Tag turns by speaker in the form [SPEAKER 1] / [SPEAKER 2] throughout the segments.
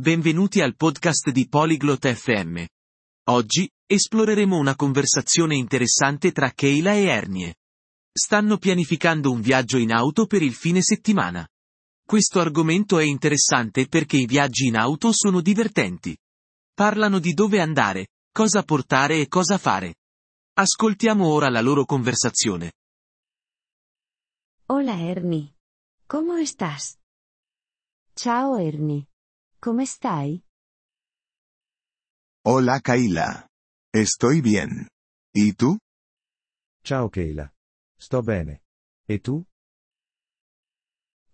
[SPEAKER 1] Benvenuti al podcast di Polyglot FM. Oggi, esploreremo una conversazione interessante tra Keila e Ernie. Stanno pianificando un viaggio in auto per il fine settimana. Questo argomento è interessante perché i viaggi in auto sono divertenti. Parlano di dove andare, cosa portare e cosa fare. Ascoltiamo ora la loro conversazione.
[SPEAKER 2] Hola Ernie. ¿Cómo estás? Ciao Ernie. ¿Cómo stai?
[SPEAKER 3] Hola Kaila. Estoy bien. ¿Y tú?
[SPEAKER 4] Ciao Keila. Sto bene. E tu?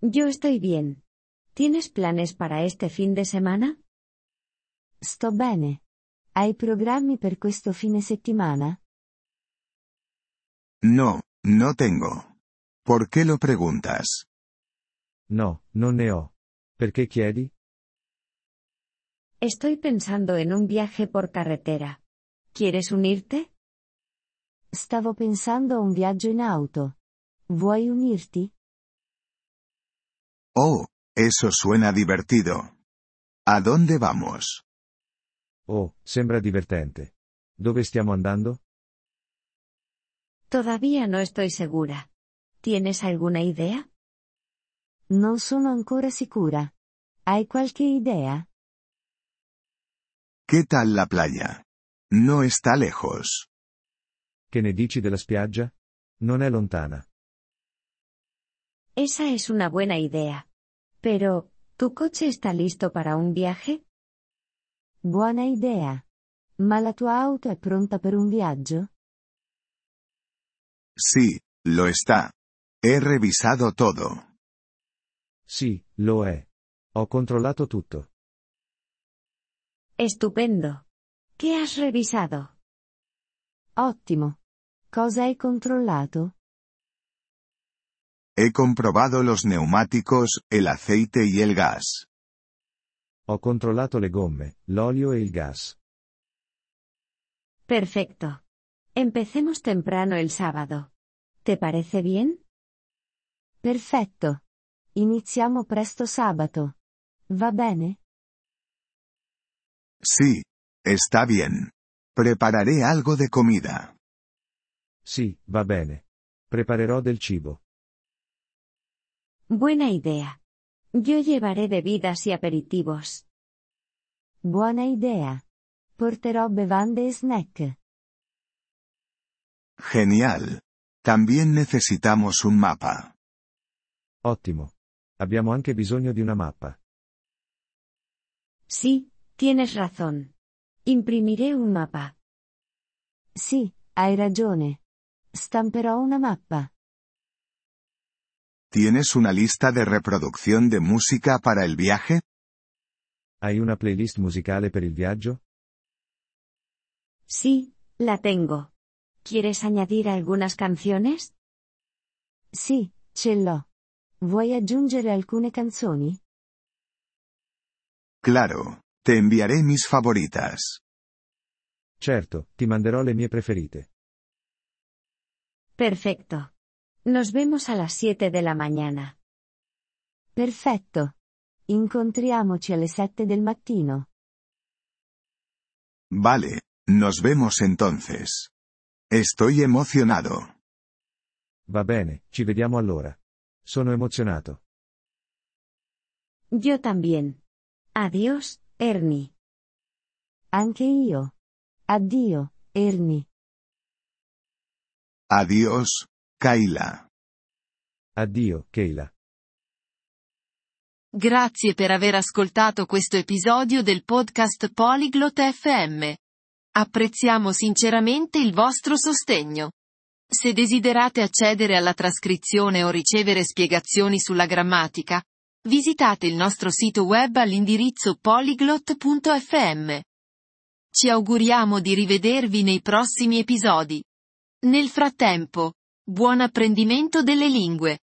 [SPEAKER 2] Yo estoy bien. ¿Tienes planes para este fin de semana? Sto bene. Hai programmi per questo fine settimana?
[SPEAKER 3] No, no tengo. ¿Por qué lo preguntas?
[SPEAKER 4] No, non ne ho. Perché chiedi?
[SPEAKER 2] Estoy pensando en un viaje por carretera. ¿Quieres unirte? Stavo pensando a un viaggio in auto. ¿Vuoi unirti?
[SPEAKER 3] Oh, eso suena divertido. ¿A dónde vamos?
[SPEAKER 4] Oh, sembra divertente. Dove stiamo andando?
[SPEAKER 2] Todavía no estoy segura. ¿Tienes alguna idea? Non sono ancora sicura. Hai qualche idea?
[SPEAKER 3] ¿Qué tal la playa? No está lejos.
[SPEAKER 4] Che ne dici della spiaggia? Non è lontana.
[SPEAKER 2] Esa es una buena idea. Pero, ¿tu coche está listo para un viaje? Buona idea. Ma la tua auto è pronta per un viaggio?
[SPEAKER 3] Sí, lo está. He revisado todo.
[SPEAKER 4] Sì, lo è. Ho controllato tutto.
[SPEAKER 2] Estupendo. ¿Qué has revisado? Ottimo. Cosa hai controllato?
[SPEAKER 3] He comprobado los neumáticos, el aceite y el gas.
[SPEAKER 4] Ho controllato le gomme, l'olio e il gas.
[SPEAKER 2] Perfecto. Empecemos temprano el sábado. ¿Te parece bien? Perfetto. Iniziamo presto sabato. Va bene?
[SPEAKER 3] Sí, está bien. Prepararé algo de comida.
[SPEAKER 4] Sì, va bene. Preparerò del cibo.
[SPEAKER 2] Buena idea. Yo llevaré bebidas y aperitivos. Buona idea. Porterò bevande e snack.
[SPEAKER 3] Genial. También necesitamos un mapa.
[SPEAKER 4] Ottimo. Abbiamo anche bisogno di una mappa.
[SPEAKER 2] Sí, tienes razón. Imprimiré un mapa. Sì, hai ragione. Stamperò una mappa.
[SPEAKER 3] ¿Tienes una lista de reproducción de música para el viaje?
[SPEAKER 4] Hai una playlist musicale per il viaggio?
[SPEAKER 2] Sí, la tengo. ¿Quieres añadir algunas canciones? Sì, ce l'ho. Vuoi aggiungere alcune canzoni?
[SPEAKER 3] Claro. Te enviaré mis favoritas.
[SPEAKER 4] Certo, ti manderò le mie preferite.
[SPEAKER 2] Perfecto. Nos vemos a las 7 de la mañana. Perfetto. Incontriamoci alle 7 del mattino.
[SPEAKER 3] Vale, nos vemos entonces. Estoy emocionado.
[SPEAKER 4] Va bene, ci vediamo allora. Sono emozionato.
[SPEAKER 2] Yo también. Adiós, Ernie. Anche io. Addio, Ernie.
[SPEAKER 3] Adiós, Kaila.
[SPEAKER 4] Addio, Keila.
[SPEAKER 5] Grazie per aver ascoltato questo episodio del podcast Polyglot FM. Apprezziamo sinceramente il vostro sostegno. Se desiderate accedere alla trascrizione o ricevere spiegazioni sulla grammatica, visitate il nostro sito web all'indirizzo polyglot.fm. Ci auguriamo di rivedervi nei prossimi episodi. Nel frattempo, buon apprendimento delle lingue.